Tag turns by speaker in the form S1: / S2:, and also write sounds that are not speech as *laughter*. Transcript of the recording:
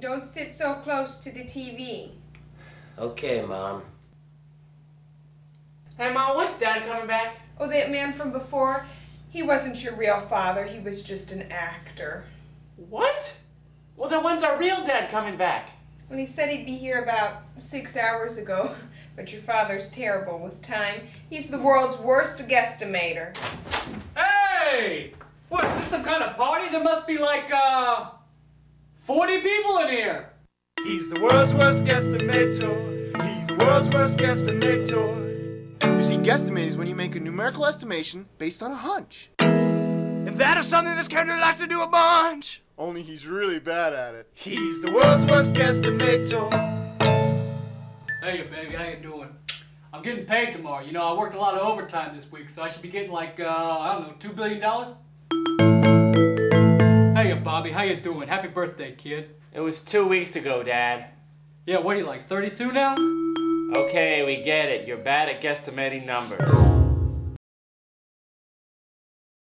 S1: Don't sit so close to the TV.
S2: Okay, Mom.
S3: Hey, Mom, when's Dad coming back?
S1: Oh, that man from before, he wasn't your real father, he was just an actor.
S3: What? Well, then when's our real dad coming back?
S1: Well, he said he'd be here about six hours ago, *laughs* but your father's terrible with time. He's the world's worst guesstimator.
S3: Hey! What, is this some kind of party? There must be like, uh, 40 people in here.
S4: He's the world's worst guesstimator. He's the world's worst guesstimator.
S5: You see, guesstimate is when you make a numerical estimation based on a hunch.
S4: And that is something this character likes to do a bunch.
S5: Only he's really bad at it.
S4: He's the world's worst guesstimator.
S3: Hey, baby, how you doing? I'm getting paid tomorrow. You know, I worked a lot of overtime this week, so I should be getting like, uh, I don't know, two billion dollars. Hey, Bobby, how you doing? Happy birthday, kid.
S6: It was two weeks ago, Dad.
S3: Yeah, what are you like, 32 now?
S6: Okay, we get it. You're bad at guesstimating numbers.